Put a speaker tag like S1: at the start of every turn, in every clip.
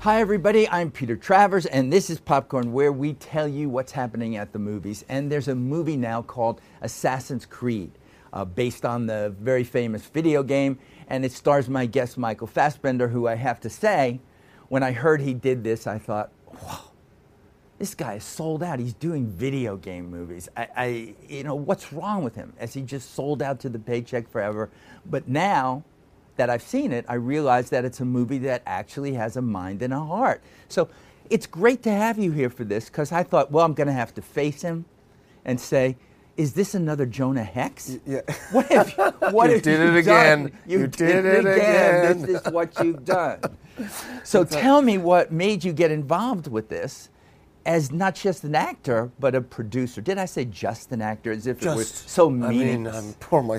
S1: Hi, everybody. I'm Peter Travers, and this is Popcorn, where we tell you what's happening at the movies. And there's a movie now called Assassin's Creed, uh, based on the very famous video game. And it stars my guest, Michael Fassbender, who I have to say, when I heard he did this, I thought, wow, this guy is sold out. He's doing video game movies. I, I, you know, what's wrong with him? As he just sold out to the paycheck forever. But now that I've seen it, I realize that it's a movie that actually has a mind and a heart. So it's great to have you here for this because I thought, well, I'm going to have to face him and say, is this another Jonah Hex?
S2: yeah.
S1: What have you, what
S2: You
S1: have
S2: did
S1: you
S2: it
S1: done?
S2: again.
S1: You, did, it again. This is what you've done. So tell me what made you get involved with this as not just an actor, but a producer. Did I say just an actor as if it was so meaningless?
S2: I mean, I'm pouring my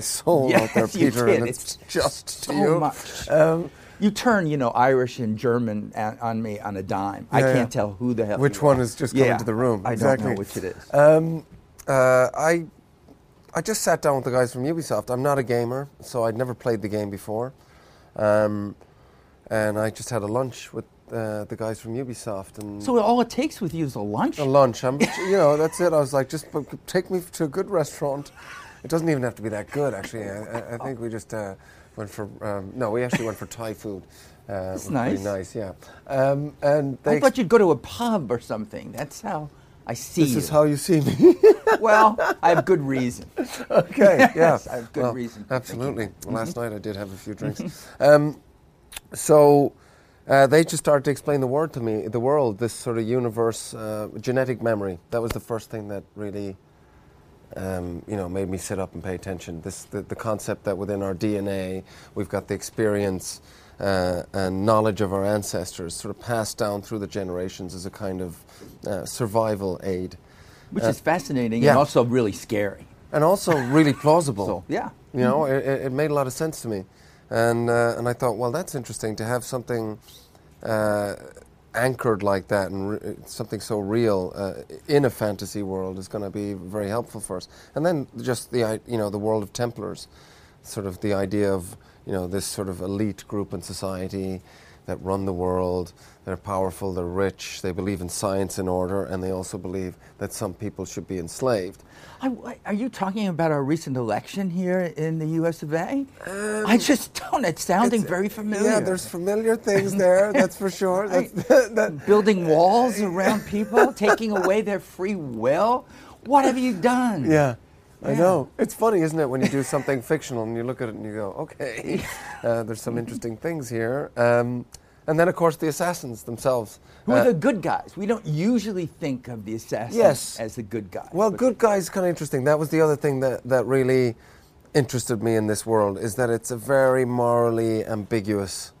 S2: soul
S1: Yes,
S2: out there,
S1: you
S2: Peter,
S1: did.
S2: and
S1: It's
S2: it's just
S1: so
S2: to you.
S1: much.
S2: Um,
S1: You turn, you know, Irish and German a- on me on a dime. I
S2: Yeah,
S1: can't
S2: yeah.
S1: tell who the hell.
S2: which
S1: you are.
S2: one is just coming
S1: Yeah,
S2: to the room?
S1: I
S2: exactly.
S1: don't know which it is.
S2: Um, uh, I, I just sat down with the guys from Ubisoft. I'm not a gamer, so I'd never played the game before, um, and I just had a lunch with uh, the guys from Ubisoft. And
S1: so all it takes with you is a lunch.
S2: a lunch. I'm, you know, that's it. I was like, just bu- take me to a good restaurant. It doesn't even have to be that good, actually. I, I, I think we just uh, went for um, no, we actually went for Thai food. Uh, it was
S1: nice.
S2: Pretty nice, yeah. Um, and they
S1: I thought you'd go to a pub or something. That's how I see
S2: this
S1: you.
S2: is how you see me.
S1: well, I have good reason.
S2: okay, yeah.
S1: Yes, I have good
S2: Well, uh,
S1: reason for Mm-hmm.
S2: Absolutely. Last night I did have a few drinks. um, so uh, they just started to explain the word to me, the world, this sort of universe, uh, genetic memory. That was the first thing that really, um, you know, made me sit up and pay attention. This the, the concept that within our DNA we've got the experience. Uh, and knowledge of our ancestors, sort of passed down through the generations as a kind of uh, survival aid,
S1: Which is fascinating
S2: yeah.
S1: and also really scary.
S2: and also really plausible.
S1: So, yeah.
S2: You know, it, it it made a lot of sense to me, and uh, and I thought, well, that's interesting to have something uh, anchored like that and re- something so real uh, in a fantasy world is going to be very helpful for us. And then just the i- you know the world of Templars, sort of the idea of you know this sort of elite group in society that run the world. They're powerful. They're rich. They believe in science and order, and they also believe that some people should be enslaved.
S1: I, I- are you talking about our recent election here in the U.S. of A? I just don't. It's sounding
S2: Um, It's-
S1: very familiar.
S2: Yeah, there's familiar things there, that's for sure. That's, that,
S1: building walls around people, taking away their free will. What have you done?
S2: yeah, I
S1: Yeah.
S2: know. It's funny, isn't it, when you do something fictional and you look at it and you go, okay, uh, there's some interesting things here. Um, and then, of course, the assassins themselves.
S1: Who
S2: Uh,
S1: are the good guys? We don't usually think of the assassins
S2: Yes.
S1: as the good guys.
S2: Well,
S1: but-
S2: good guys kind of interesting. That was the other thing that, that really interested me in this world is that it's a very morally ambiguous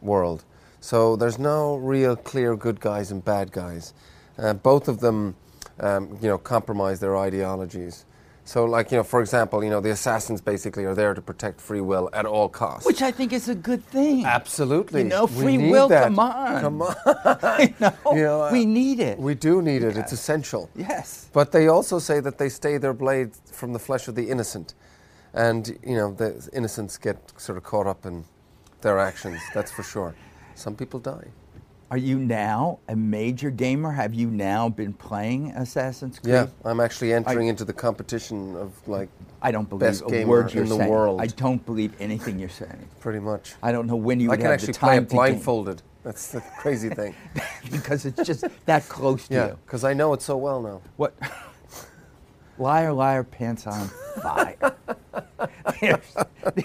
S2: world. So there's no real clear good guys and bad guys. Uh, both of them, um, you know, compromise their ideologies. So, like you know, for example, you know, the assassins basically are there to protect free will at all costs.
S1: Which I think is a good thing.
S2: Absolutely.
S1: You know,
S2: We
S1: free
S2: need
S1: will,
S2: that.
S1: come on.
S2: Come on.
S1: You know,
S2: You know, uh,
S1: we need it.
S2: We do need it. It's essential.
S1: yes.
S2: But they also say that they stay their blade from the flesh of the innocent. And, you know, the innocents get sort of caught up in their actions, that's for sure. Some people die.
S1: Are you now a major gamer? Have you now been playing Assassin's Creed?
S2: Yeah, I'm actually entering into the competition of, like,
S1: I don't believe
S2: Best
S1: a
S2: gamer
S1: word you're
S2: in the
S1: saying.
S2: world.
S1: I don't believe anything you're saying.
S2: pretty much.
S1: I don't know when you
S2: I
S1: would
S2: can
S1: have the
S2: actually play
S1: time
S2: it blindfolded. That's the crazy thing.
S1: to game because it's just that close to
S2: yeah,
S1: you.
S2: because I know it so well now.
S1: What? liar, liar, pants on fire. there's,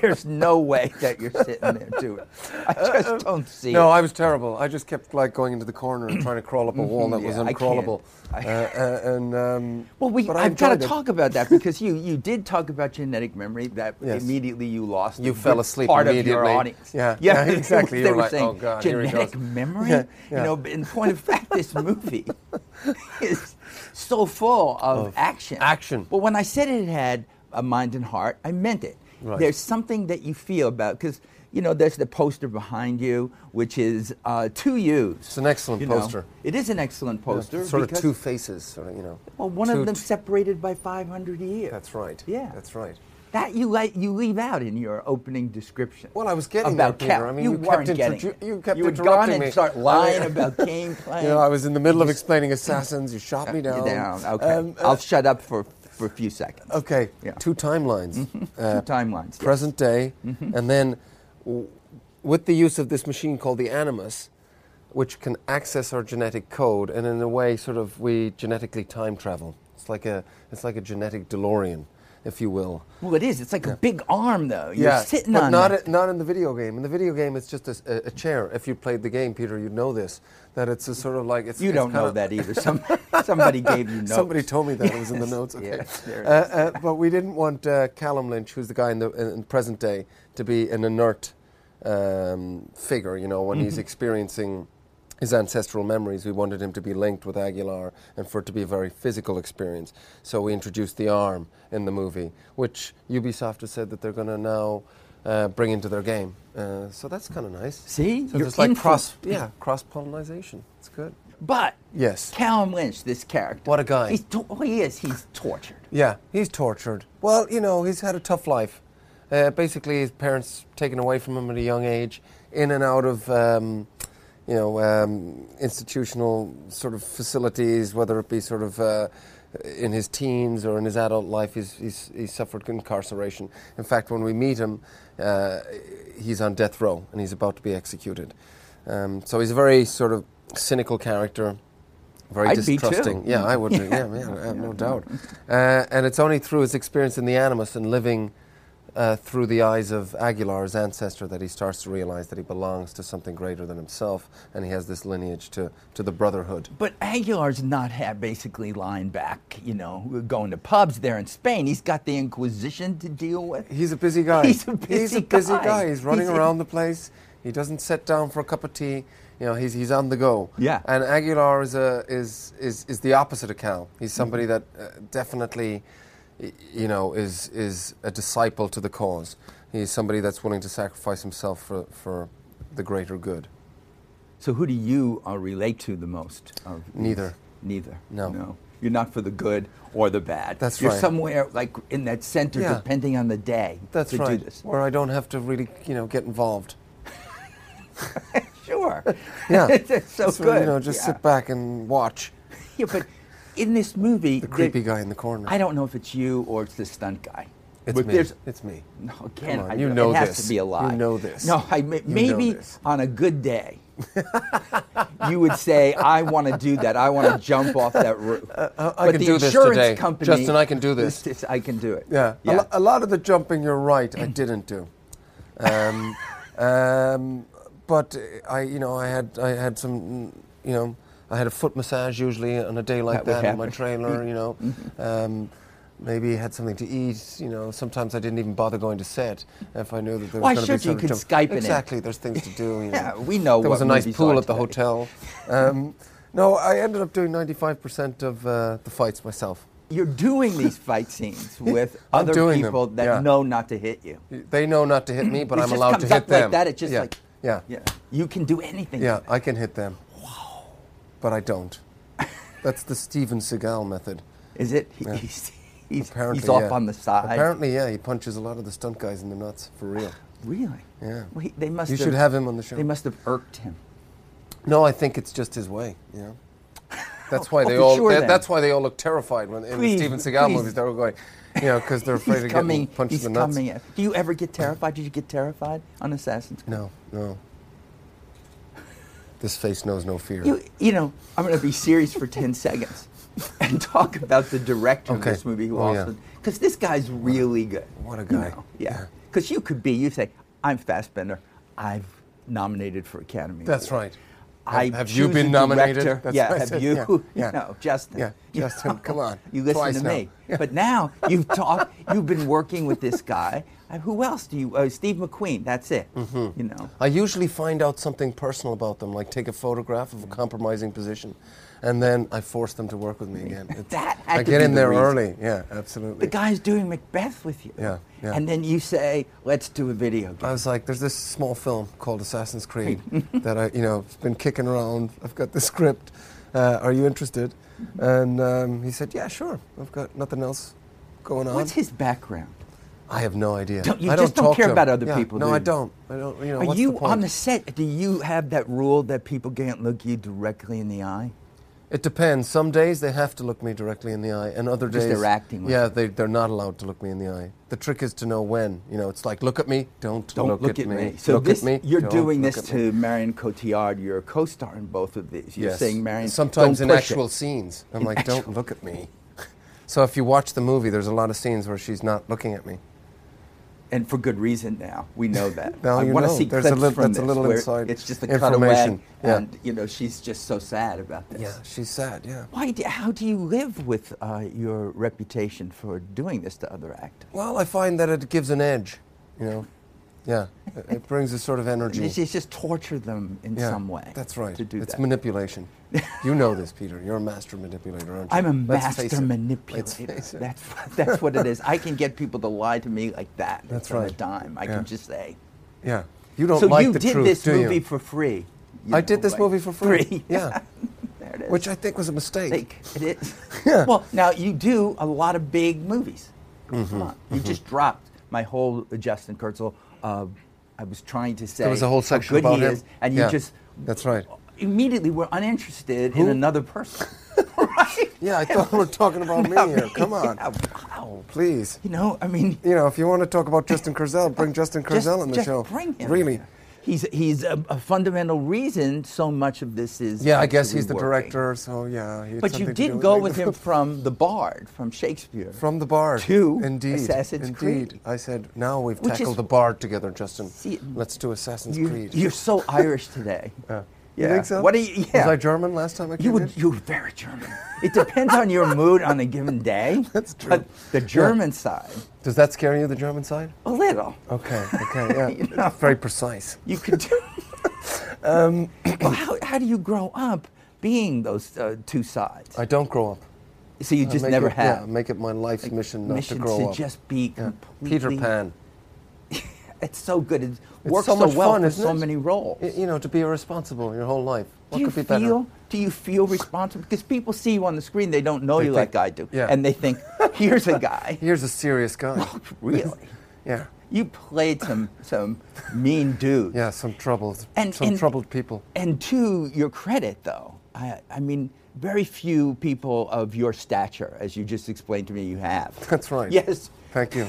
S1: there's no way that you're sitting there doing. it. I just don't see
S2: No,
S1: it.
S2: I was terrible. I just kept like going into the corner and trying to crawl up a wall that was
S1: Mm-hmm. Yeah, I can't.
S2: uncrawlable.
S1: I-
S2: Uh, uh, and um,
S1: Well, we,
S2: but I
S1: I've got
S2: enjoyed
S1: to
S2: it.
S1: talk about that because you, you did talk about genetic memory that
S2: Yes.
S1: immediately you lost. a
S2: You fell
S1: good
S2: asleep
S1: part of your
S2: immediately.
S1: audience.
S2: Yeah, yeah, exactly. You
S1: they
S2: were
S1: were
S2: like,
S1: saying
S2: "Oh, God, here he
S1: genetic
S2: goes."
S1: memory.
S2: Yeah, yeah.
S1: You know, but in point of fact, this movie is so full of, action.
S2: action.
S1: But when I said it had a mind and heart, I meant it.
S2: Right.
S1: There's something that you feel about because you know there's the poster behind you, which is uh, two U's. It's
S2: an excellent poster.
S1: It is an excellent poster.
S2: Sort of
S1: because-
S2: two faces, sort of, you know.
S1: well, one
S2: Two-
S1: of them separated by 500 years.
S2: That's right.
S1: Yeah.
S2: That's right.
S1: That you, li- you leave out in your opening description.
S2: Well, I was getting
S1: about
S2: there, Peter.
S1: Cal-
S2: I mean,
S1: you,
S2: you kept
S1: weren't
S2: introdu-
S1: getting it.
S2: you kept
S1: would
S2: interrupting
S1: gone and
S2: me.
S1: start
S2: I
S1: lying
S2: mean-
S1: about game plan.
S2: You know, I was in the middle of explaining assassins. You shot me down.
S1: Okay,
S2: Um, uh,
S1: I'll shut up for, for a few seconds.
S2: okay.
S1: Yeah. Mm-hmm.
S2: Two timelines. Uh,
S1: Two timelines. yes.
S2: present day,
S1: Mm-hmm.
S2: and then w- with the use of this machine called the Animus, which can access our genetic code, and in a way, sort of, we genetically time travel. It's like a, it's like a genetic DeLorean, if you will.
S1: Well, it is. It's like a big arm, though. You're sitting
S2: but
S1: on
S2: not
S1: that.
S2: i- not in the video game. In the video game, it's just a, s- a- a chair. If you played the game, Peter, you'd know this. That it's a sort of like it's.
S1: you
S2: it's
S1: don't know
S2: kinda-
S1: that either. Some, somebody gave you notes.
S2: Somebody told me that it was in the notes. Okay,
S1: yes, there it
S2: uh, uh, but we didn't want uh, Callum Lynch, who's the guy in the in in present day, to be an inert um, figure. You know, when
S1: Mm-hmm.
S2: he's experiencing his ancestral memories, we wanted him to be linked with Aguilar and for it to be a very physical experience. So we introduced the arm in the movie, which Ubisoft has said that they're going to now. Uh, bring into their game, uh, so that's kind of nice.
S1: See?
S2: so
S1: You're
S2: it's like
S1: influ-
S2: cross, yeah, cross pollination. It's good.
S1: But
S2: Yes.
S1: Callum Lynch, this character.
S2: What a guy.
S1: He's to- well, he is. He's tortured.
S2: Yeah, he's tortured. Well, you know, he's had a tough life. Uh, basically, his parents taken away from him at a young age, in and out of, um, you know, um, institutional sort of facilities, whether it be sort of uh, in his teens or in his adult life, he's, he's, he's suffered incarceration. In fact, when we meet him, uh, he's on death row and he's about to be executed. Um, so he's a very sort of cynical character very
S1: I'd be too.
S2: distrusting. Yeah, I would. be. yeah, yeah, I have no doubt. Uh, and it's only through his experience in the Animus and living uh, through the eyes of Aguilar's ancestor that he starts to realize that he belongs to something greater than himself, and he has this lineage to, to the Brotherhood.
S1: But Aguilar's not had basically lying back, you know, going to pubs there in Spain. He's got the Inquisition to deal with.
S2: He's a busy guy.
S1: He's a busy
S2: busy
S1: guy.
S2: guy. He's running
S1: He's-
S2: around the place. He doesn't sit down for a cup of tea. You know, he's, he's on the go.
S1: Yeah.
S2: And Aguilar is, a, is, is, is the opposite of Cal. He's somebody that uh, definitely, y- you know, is, is a disciple to the cause. He's somebody that's willing to sacrifice himself for, for the greater good.
S1: So who do you uh, relate to the most? Of these?
S2: Neither.
S1: Neither.
S2: No.
S1: No. You're not for the good or the bad.
S2: That's
S1: You're
S2: right.
S1: somewhere like in that center,
S2: Yeah.
S1: depending on the day.
S2: That's
S1: to
S2: right.
S1: Do this.
S2: Where I don't have to really, you know, get involved.
S1: Sure.
S2: Yeah.
S1: it's so
S2: That's where,
S1: good.
S2: You know, just
S1: Yeah.
S2: sit back and watch
S1: Yeah, but in this movie,
S2: the creepy guy in the corner.
S1: I don't know if it's you or it's the stunt guy.
S2: it's
S1: but
S2: me.
S1: there's
S2: It's me.
S1: no again.
S2: Come on,
S1: I,
S2: you know
S1: it has
S2: this.
S1: to be a
S2: You
S1: lie.
S2: know this.
S1: No, I may,
S2: You know
S1: maybe
S2: this.
S1: on a good day. you would say, "I want to do that. I want to jump off that roof."
S2: I
S1: but
S2: can
S1: the
S2: do this
S1: insurance
S2: today.
S1: company,
S2: Justin, I can do this.
S1: is- I can do it.
S2: Yeah, A, lo- uh, a lot of the jumping, you're right,
S1: Mm.
S2: I didn't do. Um, um, but uh, I, you know, I had I had some, mm, you know, I had a foot massage usually on a day like
S1: That would
S2: that, in my
S1: happen. Mm-hmm.
S2: trailer, you know. um, maybe had something to eat, you know. Sometimes I didn't even bother going to set if I knew that there was
S1: Why
S2: going to be
S1: should you? You can
S2: some jump.
S1: Skype it in.
S2: Exactly, there's things to do. You know.
S1: Yeah, we know
S2: There was
S1: what
S2: a nice
S1: movies
S2: pool
S1: are
S2: at the
S1: today.
S2: hotel. Um, no, I ended up doing 95% of uh, the fights myself.
S1: You're doing these fight scenes with
S2: I'm
S1: other
S2: doing them,
S1: people that
S2: yeah.
S1: know not to hit you.
S2: They know not to hit me, but
S1: It
S2: I'm
S1: just
S2: allowed
S1: comes
S2: to hit
S1: up
S2: them.
S1: like that. It's just
S2: yeah.
S1: like
S2: yeah, yeah,
S1: yeah, you can do anything.
S2: I can hit them. Wow. But I don't. That's the Steven Seagal method.
S1: Is it? He's, he's,
S2: Apparently,
S1: he's off
S2: yeah.
S1: on the side.
S2: Apparently, yeah, he punches a lot of the stunt guys in the nuts for real.
S1: Really?
S2: Yeah.
S1: Well, he, they must.
S2: You
S1: have,
S2: should have him on the show.
S1: They must have irked him.
S2: No, I think it's just his way. You know. That's why
S1: Oh,
S2: they
S1: for
S2: all.
S1: sure
S2: that-
S1: then.
S2: that's why they all look terrified when in
S1: Please,
S2: the Steven Seagal
S1: please.
S2: movies. They're all going, you know, because they're afraid
S1: he's
S2: of
S1: coming.
S2: getting punched
S1: he's
S2: in the nuts.
S1: coming. at- Do you ever get terrified? Did you get terrified on Assassin's Creed?
S2: No, no. This face knows no fear.
S1: You, you know, I'm going to be serious for 10 seconds and talk about the director
S2: Okay.
S1: of this movie who
S2: Oh, yeah.
S1: also. Because this guy's really good.
S2: what a
S1: you
S2: guy.
S1: know,
S2: Yeah.
S1: yeah. Because you could be, you say, I'm Fassbender. I've nominated for Academy.
S2: That's
S1: Award.
S2: right.
S1: I
S2: Have- have you
S1: choose
S2: been
S1: a
S2: nominated?
S1: director.
S2: That's
S1: yeah,
S2: what I
S1: have
S2: said,
S1: you?
S2: yeah,
S1: you
S2: yeah.
S1: know, Justin.
S2: Yeah,
S1: you
S2: Justin,
S1: know,
S2: come on,
S1: You listen
S2: twice
S1: to
S2: now.
S1: me.
S2: Yeah.
S1: But now you've talked. You've been working with this guy. Uh, Who else do you? Uh, Steve McQueen. That's it.
S2: Mm-hmm.
S1: You know.
S2: I usually find out something personal about them, like take a photograph
S1: Mm.
S2: of a compromising position, and then I force them to work with me again. It's-
S1: That had
S2: I
S1: to
S2: get
S1: be
S2: in
S1: the
S2: there
S1: reason.
S2: early. Yeah,
S1: The
S2: absolutely.
S1: guy's doing Macbeth with you.
S2: Yeah, yeah.
S1: And then you say, "Let's do a video game."
S2: I was like, there's this small film called Assassin's Creed that I, you know, it's been kicking around. I've got the script. Uh, are you interested? And um, he said, yeah, sure. I've got nothing else going on.
S1: What's his background?
S2: I have no idea.
S1: Don't- you
S2: I
S1: just don't
S2: talk
S1: care
S2: to 'em.
S1: about other
S2: Yeah,
S1: people,
S2: No,
S1: do
S2: I
S1: you?
S2: don't. I don't. You know,
S1: Are
S2: what's
S1: you
S2: the point?
S1: on the set? Do you have that rule that people can't look you directly in the eye?
S2: It depends. Some days they have to look me directly in the eye, and other
S1: Just
S2: days
S1: they're acting with
S2: yeah, they, they're not allowed to look me in the eye. The trick is to know when. You know, it's like look at me, don't,
S1: Don't look, at, me. So
S2: look
S1: this,
S2: at me.
S1: you're
S2: don't
S1: doing
S2: look
S1: this
S2: at me.
S1: to Marion Cotillard, your co-star in both of these. You're
S2: Yes.
S1: saying Marion,
S2: Sometimes
S1: do
S2: in actual scenes, I'm
S1: In
S2: like,
S1: actual-
S2: don't look at me. So if you watch the movie, there's a lot of scenes where she's not looking at me.
S1: and for good reason. Now we know that.
S2: Now
S1: I
S2: you
S1: wanna
S2: know.
S1: see
S2: There's a
S1: clips
S2: lit-
S1: from
S2: that's a
S1: this
S2: little
S1: where
S2: inside
S1: it's just a
S2: information.
S1: cutaway,
S2: Yeah.
S1: and you know she's just so sad about this.
S2: Yeah, she's sad. Yeah.
S1: Why? Do, how do you live with uh, your reputation for doing this to other actors?
S2: Well, I find that it gives an edge. You know. Yeah, it- it brings a sort of energy.
S1: It's, it's just torture them in
S2: Yeah,
S1: some way.
S2: That's right.
S1: To do
S2: it's
S1: that.
S2: manipulation. you know this, Peter. You're a master manipulator, aren't you?
S1: I'm a
S2: Let's face
S1: master
S2: it. Let's
S1: manipulator.
S2: face it.
S1: That's that's what it is. I can get people to lie to me like that.
S2: That's
S1: on a
S2: right.
S1: dime. I
S2: Yeah.
S1: can just say.
S2: yeah. You don't
S1: so
S2: like
S1: you
S2: the
S1: did
S2: truth,
S1: this
S2: do
S1: movie
S2: you?
S1: for free. you know,
S2: I did this
S1: like-
S2: movie for free.
S1: Free.
S2: Yeah.
S1: there it is.
S2: Which I think was a mistake.
S1: think it is.
S2: Yeah.
S1: Well, now you do a lot of big movies.
S2: Mm-hmm.
S1: Come on, you just dropped my whole Justin Kurtzel. Uh, I was trying to say
S2: There was a whole
S1: how
S2: section
S1: good
S2: about
S1: he
S2: him.
S1: is, and
S2: Yeah,
S1: you just
S2: that's right.
S1: Immediately, were uninterested in
S2: Who?
S1: another person, right?
S2: Yeah, I thought we were talking about me here. Come on.
S1: Yeah, wow.
S2: Please.
S1: You know, I mean,
S2: You know, if you want to talk about Justin Kurzel, bring Justin Kurzel
S1: just,
S2: on the
S1: just
S2: show.
S1: bring him.
S2: Really.
S1: there. He's he's a, a fundamental reason so much of this is.
S2: Yeah, I guess
S1: actually
S2: he's the
S1: working.
S2: director, so yeah. he had
S1: But you
S2: something to do
S1: did go
S2: making
S1: with
S2: the
S1: him from the Bard, from Shakespeare.
S2: From the Bard.
S1: To
S2: indeed,
S1: Assassin's
S2: indeed.
S1: Creed.
S2: I said, now we've
S1: Which is-
S2: tackled the Bard together, Justin.
S1: See-
S2: Let's do Assassin's
S1: you,
S2: Creed.
S1: You're so Irish today.
S2: Yeah.
S1: Yeah.
S2: You think so?
S1: What do you? Yeah.
S2: Was I German last time I came
S1: You
S2: here?
S1: would. You were very German. it depends on your mood on a given day.
S2: That's true.
S1: But the
S2: Yeah.
S1: German side,
S2: Does that scare you, the German side?
S1: a little.
S2: Okay, okay, yeah.
S1: You know.
S2: Very precise.
S1: You could do.
S2: Um,
S1: Well, how, how do you grow up being those uh, two sides?
S2: I don't grow up.
S1: so you
S2: I
S1: just
S2: make
S1: never
S2: it,
S1: have.
S2: Yeah, make it my life's mission not
S1: mission
S2: to grow
S1: to
S2: up.
S1: just be
S2: Yeah.
S1: completely
S2: Peter Pan.
S1: It's so good. It
S2: It's
S1: works
S2: so
S1: so,
S2: much
S1: well
S2: fun,
S1: for
S2: isn't
S1: so
S2: it?
S1: many roles.
S2: Y- you know, to be irresponsible your whole life. What
S1: do you
S2: could be
S1: feel?
S2: better?
S1: Do you feel responsible? Because people see you on the screen, they don't know
S2: They
S1: you
S2: think-
S1: like I do,
S2: yeah.
S1: and they think, "Here's a guy."
S2: Here's a serious guy.
S1: Oh, really,
S2: yeah.
S1: you played some some mean dudes.
S2: Yeah, some troubled,
S1: And-
S2: some
S1: and-
S2: troubled people.
S1: And to your credit, though, I, I mean, very few people of your stature, as you just explained to me, you have.
S2: That's right.
S1: Yes,
S2: Thank you.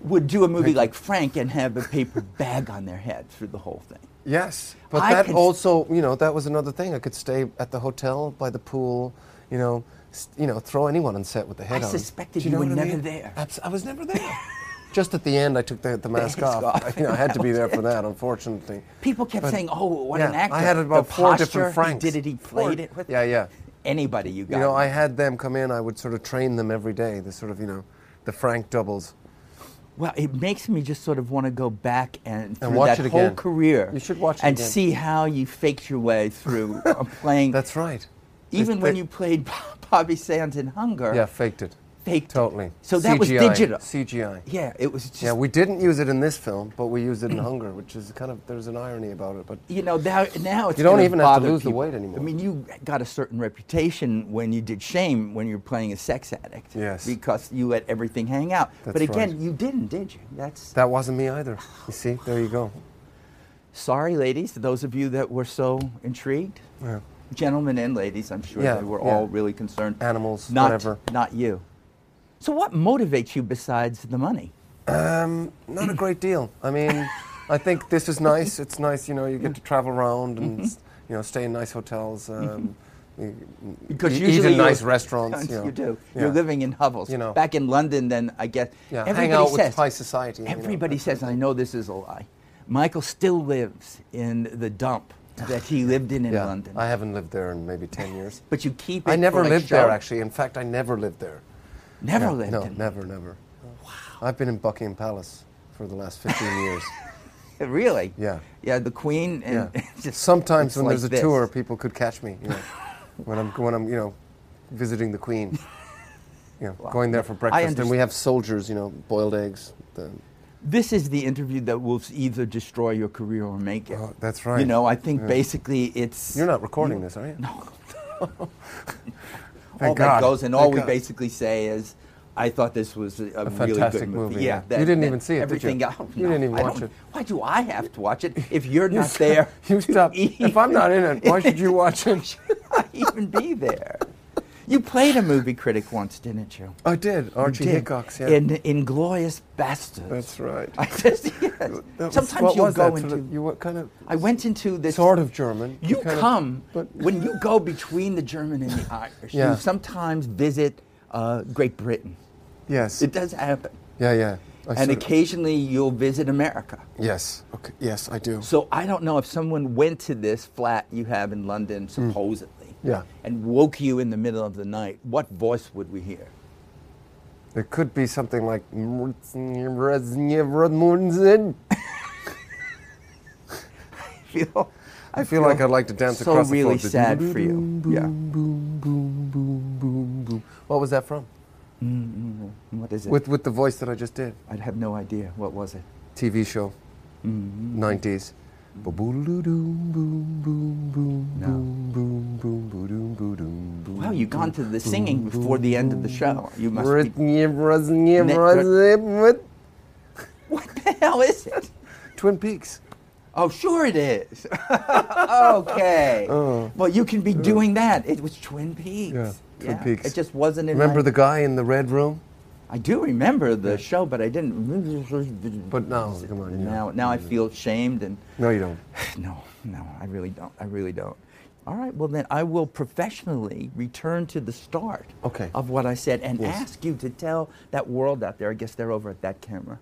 S1: would do a movie like Frank and have a paper bag on their head through the whole thing.
S2: Yes, but
S1: I
S2: that
S1: could-
S2: also, you know, that was another thing. I could stay at the hotel by the pool, you know, s- you know, throw anyone on set with the head on.
S1: suspected
S2: Do
S1: you
S2: know
S1: were
S2: what I
S1: never
S2: mean?
S1: there.
S2: Abs- I was never there. Just at the end, I took the, the mask
S1: mask
S2: off.
S1: off.
S2: I, you know, I had to be there for that, unfortunately.
S1: People kept saying, "Oh, what an
S2: yeah,
S1: actor!"
S2: I had
S1: The
S2: about four different
S1: posture,
S2: Franks.
S1: He did it. He
S2: Four-
S1: played it. With
S2: Yeah, yeah.
S1: Anybody you got?
S2: You know, I had them come in. I would sort of train them every day. The sort of, you know, the Frank doubles.
S1: well, it makes me just sort of want to go back and, through
S2: watch
S1: that
S2: it
S1: whole
S2: again.
S1: career.
S2: You should watch it
S1: and
S2: again.
S1: see how you faked your way through uh, playing.
S2: That's right.
S1: even
S2: They-
S1: when
S2: they-
S1: you played Bobby Sands in Hunger.
S2: yeah, faked it.
S1: faked it.
S2: Totally.
S1: So that was
S2: CGI.
S1: digital.
S2: CGI.
S1: Yeah, it was just.
S2: Yeah, we didn't use it in this film, but we used it in Hunger, which is kind of there's an irony about it. But
S1: you know now, now it's
S2: You don't
S1: gonna
S2: even have to
S1: bother
S2: lose the
S1: people.
S2: weight anymore.
S1: I mean, you got a certain reputation when you did Shame when you were playing a sex addict.
S2: Yes.
S1: because you let everything hang out. but
S2: That's
S1: again,
S2: right.
S1: you didn't, did you? That's
S2: that wasn't me either. You see, there you go.
S1: sorry, ladies. Those of you that were so intrigued,
S2: Yeah.
S1: gentlemen and ladies, I'm sure
S2: Yeah,
S1: they were
S2: yeah.
S1: all really concerned.
S2: Animals,
S1: not,
S2: whatever.
S1: Not you. So, what motivates you besides the money?
S2: Um, not a great deal. I mean, I think this is nice. It's nice, you know, you get to travel around and
S1: Mm-hmm.
S2: s you know stay in nice hotels. Um, you-
S1: Because
S2: e-
S1: usually
S2: eat in
S1: you're-
S2: nice restaurants. You, know.
S1: do.
S2: Yeah.
S1: You're living in hovels.
S2: You know.
S1: back in London, then I guess
S2: Yeah, hang
S1: everybody
S2: out with
S1: says
S2: high society, you know,
S1: Everybody
S2: that
S1: says, I know this is a lie. Michael still lives in the dump that he lived in in
S2: Yeah,
S1: London,
S2: I haven't lived there in maybe ten years.
S1: but you keep. It
S2: I never
S1: for, like,
S2: lived
S1: show.
S2: there actually. In fact, I never lived there.
S1: Never
S2: No,
S1: lived
S2: No,
S1: in
S2: never, never. Wow. I've been in Buckingham Palace for the last 15 years.
S1: Really?
S2: Yeah.
S1: Yeah, the Queen.
S2: Yeah.
S1: And just,
S2: Sometimes
S1: it's
S2: when
S1: like
S2: there's a
S1: this.
S2: tour, people could catch me. You know, when I'm when I'm you know visiting the Queen. You know, going there for breakfast, and we
S1: understand.
S2: have soldiers. You know, boiled eggs. The,
S1: This is the interview that will either destroy your career or make it.
S2: Oh, that's right.
S1: You know, I think
S2: Yeah.
S1: basically it's.
S2: you're not recording this, are you?
S1: No.
S2: Thank
S1: all
S2: God.
S1: that goes, and
S2: Thank
S1: all we
S2: God.
S1: basically say is, I thought this was a, a really
S2: fantastic
S1: good movie.
S2: movie, yeah.
S1: Yeah,
S2: You didn't even see it, did
S1: Everything
S2: you?
S1: got-
S2: You
S1: no,
S2: didn't even
S1: I
S2: watch
S1: don't-
S2: it.
S1: Why do I have to watch it if you're not
S2: stop-
S1: there?
S2: you
S1: to
S2: stop.
S1: eat?
S2: If I'm not in it, why should you watch it?
S1: Why should I even be there? You played a movie critic once, didn't you?
S2: I did. Archie
S1: did.
S2: Hickox. Yeah.
S1: In Inglorious Bastards.
S2: That's right.
S1: I just, yes.
S2: That was-
S1: Sometimes
S2: what
S1: you'll
S2: was
S1: go
S2: that
S1: into.
S2: sort of- you were kind of
S1: I went into this.
S2: sort of German.
S1: You
S2: kind of-
S1: come
S2: but-
S1: when you go between the German and the Irish.
S2: Yeah.
S1: You sometimes visit uh, Great Britain.
S2: yes.
S1: It does happen,
S2: yeah, yeah. I
S1: and
S2: sort of-
S1: occasionally you'll visit America.
S2: Yes. Okay. Yes, I do.
S1: So I don't know if someone went to this flat you have in London, supposedly,
S2: Hmm. Yeah.
S1: and woke you in the middle of the night. What voice would we hear?
S2: There could be something like I
S1: I feel, I
S2: feel like I'd like to dance
S1: so
S2: across the floor.
S1: really sad for you. Yeah.
S2: Boom, boom, boom, boom, boom. What was that from?
S1: Mm, What is it?
S2: With with the voice that I just did.
S1: I'd have no idea. What was it?
S2: TV show. Mm-hmm. 90s.
S1: Wow, you've gone to the singing before the end of the show. You must be What the hell is it?
S2: Twin Peaks.
S1: Oh, sure it is. okay. Well, you can be doing that. It was Twin Peaks.
S2: Oh. Yeah, Twin Peaks.
S1: It just wasn't in
S2: Remember
S1: my-
S2: the guy in the red room?
S1: I do remember the show, but I didn't.
S2: But now, come on, yeah.
S1: Now, now I feel shamed and.
S2: No, you don't.
S1: No, no, I really don't. I really don't. All right, well then I will professionally return to the start
S2: Okay.
S1: of what I said and
S2: Yes.
S1: ask you to tell that world out there, I guess they're over at that camera,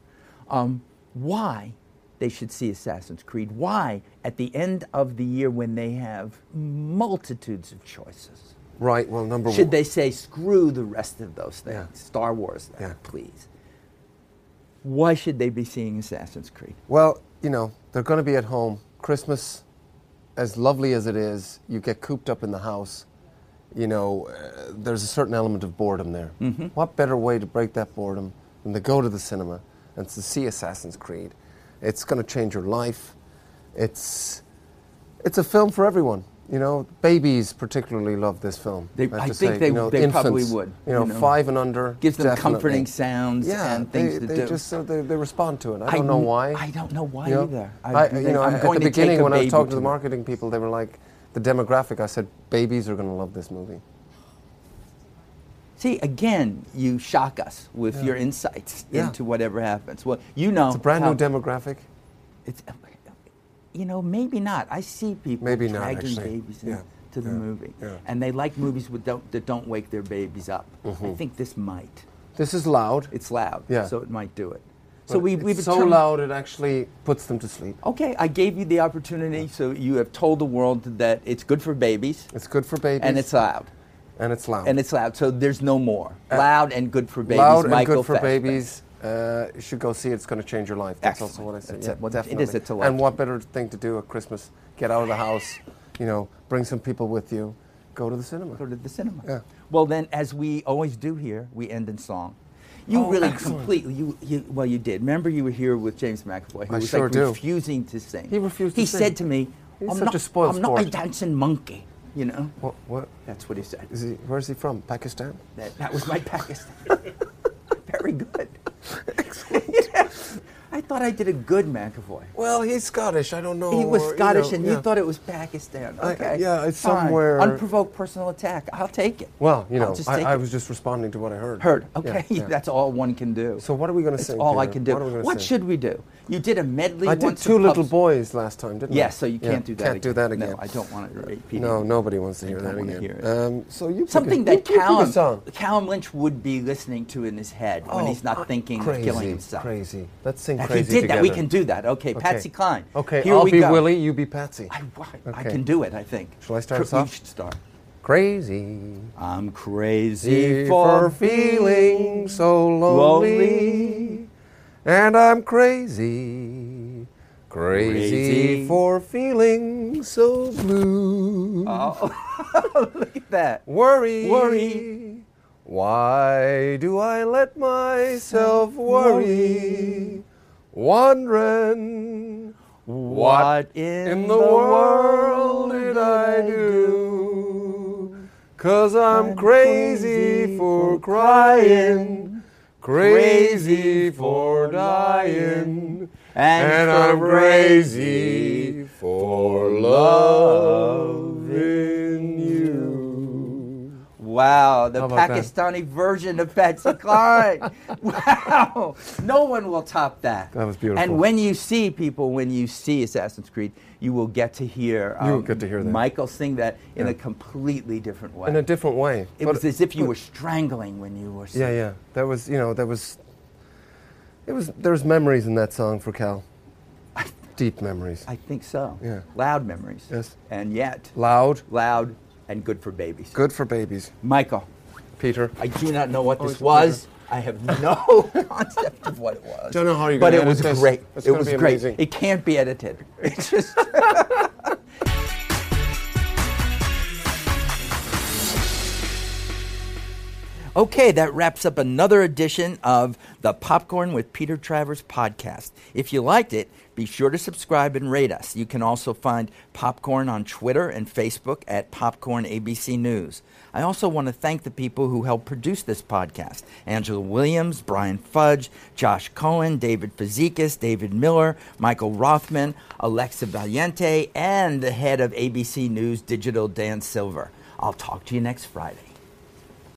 S1: um, why they should see Assassin's Creed. Why at the end of the year when they have multitudes of choices,
S2: Right, well, number
S1: should
S2: one.
S1: they say, screw the rest of those things,
S2: Yeah.
S1: Star Wars, then,
S2: Yeah.
S1: please? Why should they be seeing Assassin's Creed?
S2: Well, you know, they're going to be at home. Christmas, as lovely as it is, you get cooped up in the house. You know, uh, there's a certain element of boredom there.
S1: Mm-hmm.
S2: What better way to break that boredom than to go to the cinema and to see Assassin's Creed? It's going to change your life. It's it's a film for everyone. You know, babies particularly love this film.
S1: They-
S2: have
S1: I
S2: to
S1: think
S2: say.
S1: they-
S2: you know,
S1: they probably
S2: infants,
S1: would,
S2: You know,
S1: you know.
S2: five and under
S1: Gives them
S2: definitely.
S1: comforting sounds
S2: Yeah,
S1: and things to
S2: they, they
S1: do.
S2: just uh, they, they respond to it. I don't know
S1: kn-
S2: why.
S1: I don't know why
S2: You know?
S1: either. I,
S2: I,
S1: think
S2: you know,
S1: I'm
S2: at
S1: going
S2: the
S1: to take
S2: beginning
S1: a
S2: when I was
S1: baby
S2: talking to the
S1: me.
S2: marketing people, they were like, the demographic. I said, babies are going to love this movie.
S1: See, again, you shock us with your insights
S2: Yeah.
S1: into whatever happens. Well, you know,
S2: It's a brand
S1: how-
S2: new demographic.
S1: It's, you know, maybe not. I see people
S2: Maybe not,
S1: dragging
S2: actually.
S1: babies in
S2: Yeah.
S1: to the
S2: Yeah.
S1: movie,
S2: Yeah.
S1: and they like movies with don't, that don't wake their babies up. I think this might.
S2: This is loud.
S1: It's loud,
S2: Mm-hmm. Yeah.
S1: so it might do it. So
S2: but
S1: we,
S2: it's
S1: we've
S2: so
S1: determined-
S2: loud it actually puts them to sleep.
S1: Okay, I gave you the opportunity, so you have told the world that it's good for babies
S2: It's good for babies.
S1: and it's loud.
S2: and it's loud.
S1: And it's loud, so there's no more. Loud and good for babies.
S2: Uh, loud and
S1: Michael
S2: good for
S1: Fassbender.
S2: babies. Uh, you should go see it. It's going to change your life. That's also
S1: Excellent.
S2: what I said.
S1: That's
S2: yeah,
S1: it. Well, it is,
S2: definitely.
S1: it's a life
S2: and what better thing to do at Christmas? Get out of the house. You know, bring some people with you. Go to the cinema.
S1: Go to the cinema.
S2: Yeah.
S1: Well, then, as we always do here, we end in song. You
S2: Oh,
S1: really
S2: excellent.
S1: completely, you, you, well, you did. Remember, you were here with James McAvoy, who
S2: I
S1: was
S2: sure
S1: like
S2: do.
S1: refusing to sing.
S2: He refused to
S1: he
S2: sing.
S1: said to me,
S2: He's
S1: I'm
S2: such
S1: not,
S2: a spoiled
S1: I'm not a
S2: sport."
S1: dancing monkey, you know?
S2: What? What?
S1: That's what he said.
S2: Is he? Where is he from? Pakistan.
S1: That, that was my Pakistan. Very good. Yes. I thought I did a good McAvoy.
S2: Well, he's Scottish. I don't know.
S1: He was
S2: or, you
S1: Scottish,
S2: know,
S1: and
S2: yeah.
S1: you thought it was Pakistan.
S2: I-
S1: Okay.
S2: yeah, it's
S1: Fine.
S2: somewhere-
S1: Unprovoked personal attack. I'll take it.
S2: Well, you
S1: I'll
S2: know,
S1: just
S2: I,
S1: take
S2: I
S1: it.
S2: was just responding to what I heard.
S1: Heard.
S2: Yeah,
S1: Okay.
S2: yeah.
S1: That's all one can do.
S2: So what are we gonna
S1: That's
S2: sing,
S1: all I
S2: Peter?
S1: can do.
S2: What are we gonna sing?
S1: should we do? You did a medley.
S2: I did
S1: once
S2: two
S1: of
S2: little
S1: pubs-
S2: boys last time, didn't I?
S1: Yeah. So you
S2: Yeah,
S1: can't do that.
S2: Can't do that
S1: again.
S2: again.
S1: No, I don't want to repeat.
S2: No,
S1: it.
S2: nobody wants to hear
S1: don't
S2: that
S1: wanna
S2: again.
S1: hear it.
S2: Um, so you pick
S1: Something
S2: a,
S1: that
S2: you pick a
S1: Callum,
S2: song.
S1: Callum Lynch would be listening to in his head when he's not
S2: I-
S1: thinking
S2: crazy,
S1: of killing himself.
S2: Crazy. Let's sing
S1: If he
S2: crazy
S1: did that, we
S2: together.
S1: can do that. Okay,
S2: Okay.
S1: Patsy Cline.
S2: Okay,
S1: Here
S2: I'll
S1: we
S2: be
S1: go.
S2: Willie, you be Patsy.
S1: I, why- I
S2: Okay.
S1: can do it. I think.
S2: Shall I start us
S1: Cr- you
S2: off?
S1: should start.
S2: Crazy.
S1: I'm crazy for
S2: feeling
S1: feeling
S2: so lonely.
S1: lonely.
S2: And I'm crazy. Crazy
S1: Crazy.
S2: for feeling so blue.
S1: Ah. Oh, Look at that.
S2: Worry.
S1: Worry.
S2: Why do I let myself worry? Wondering. What
S1: in,
S2: In the world did I do? Cause I'm crazy for crying
S3: Crazy for dying,
S1: And,
S3: and
S1: for
S3: I'm crazy for loving you.
S1: Wow, the
S2: How about that?
S1: Pakistani version of Patsy Cline. wow, no one will top that.
S2: That was beautiful.
S1: And when you see people, when you see Assassin's Creed, you will get to hear. um,
S2: You will get to hear that.
S1: Michael sing that in a completely different way.
S2: in a different way.
S1: it
S2: But-
S1: was as if you were strangling when you were.
S2: Yeah,
S1: Singing.
S2: yeah. That was, you know, that was. It was. There's memories in that song for Cal. Deep memories.
S1: I think so.
S2: Yeah.
S1: Loud memories.
S2: Yes.
S1: And yet,
S2: Loud.
S1: loud and good for babies.
S2: Good for babies.
S1: Michael,
S2: Peter.
S1: I do not know what this
S2: it's a pleasure.
S1: was. I have no concept of what it was.
S3: Don't know how you're
S1: But
S3: gonna
S1: it was
S3: edit this.
S1: great.
S3: It's
S1: it
S3: gonna
S1: was
S3: be
S1: great.
S3: amazing.
S1: It can't be edited. It's just. Okay, that wraps up another edition of the Popcorn with Peter Travers podcast. If you liked it, be sure to subscribe and rate us. You can also find Popcorn on Twitter and Facebook at Popcorn ABC News. I also want to thank the people who helped produce this podcast Angela Williams, Brian Fudge, Josh Cohen, David Fazekas, David Miller, Michael Rothman, Alexa Valiente, and the head of ABC News Digital, Dan Silver. I'll talk to you next Friday.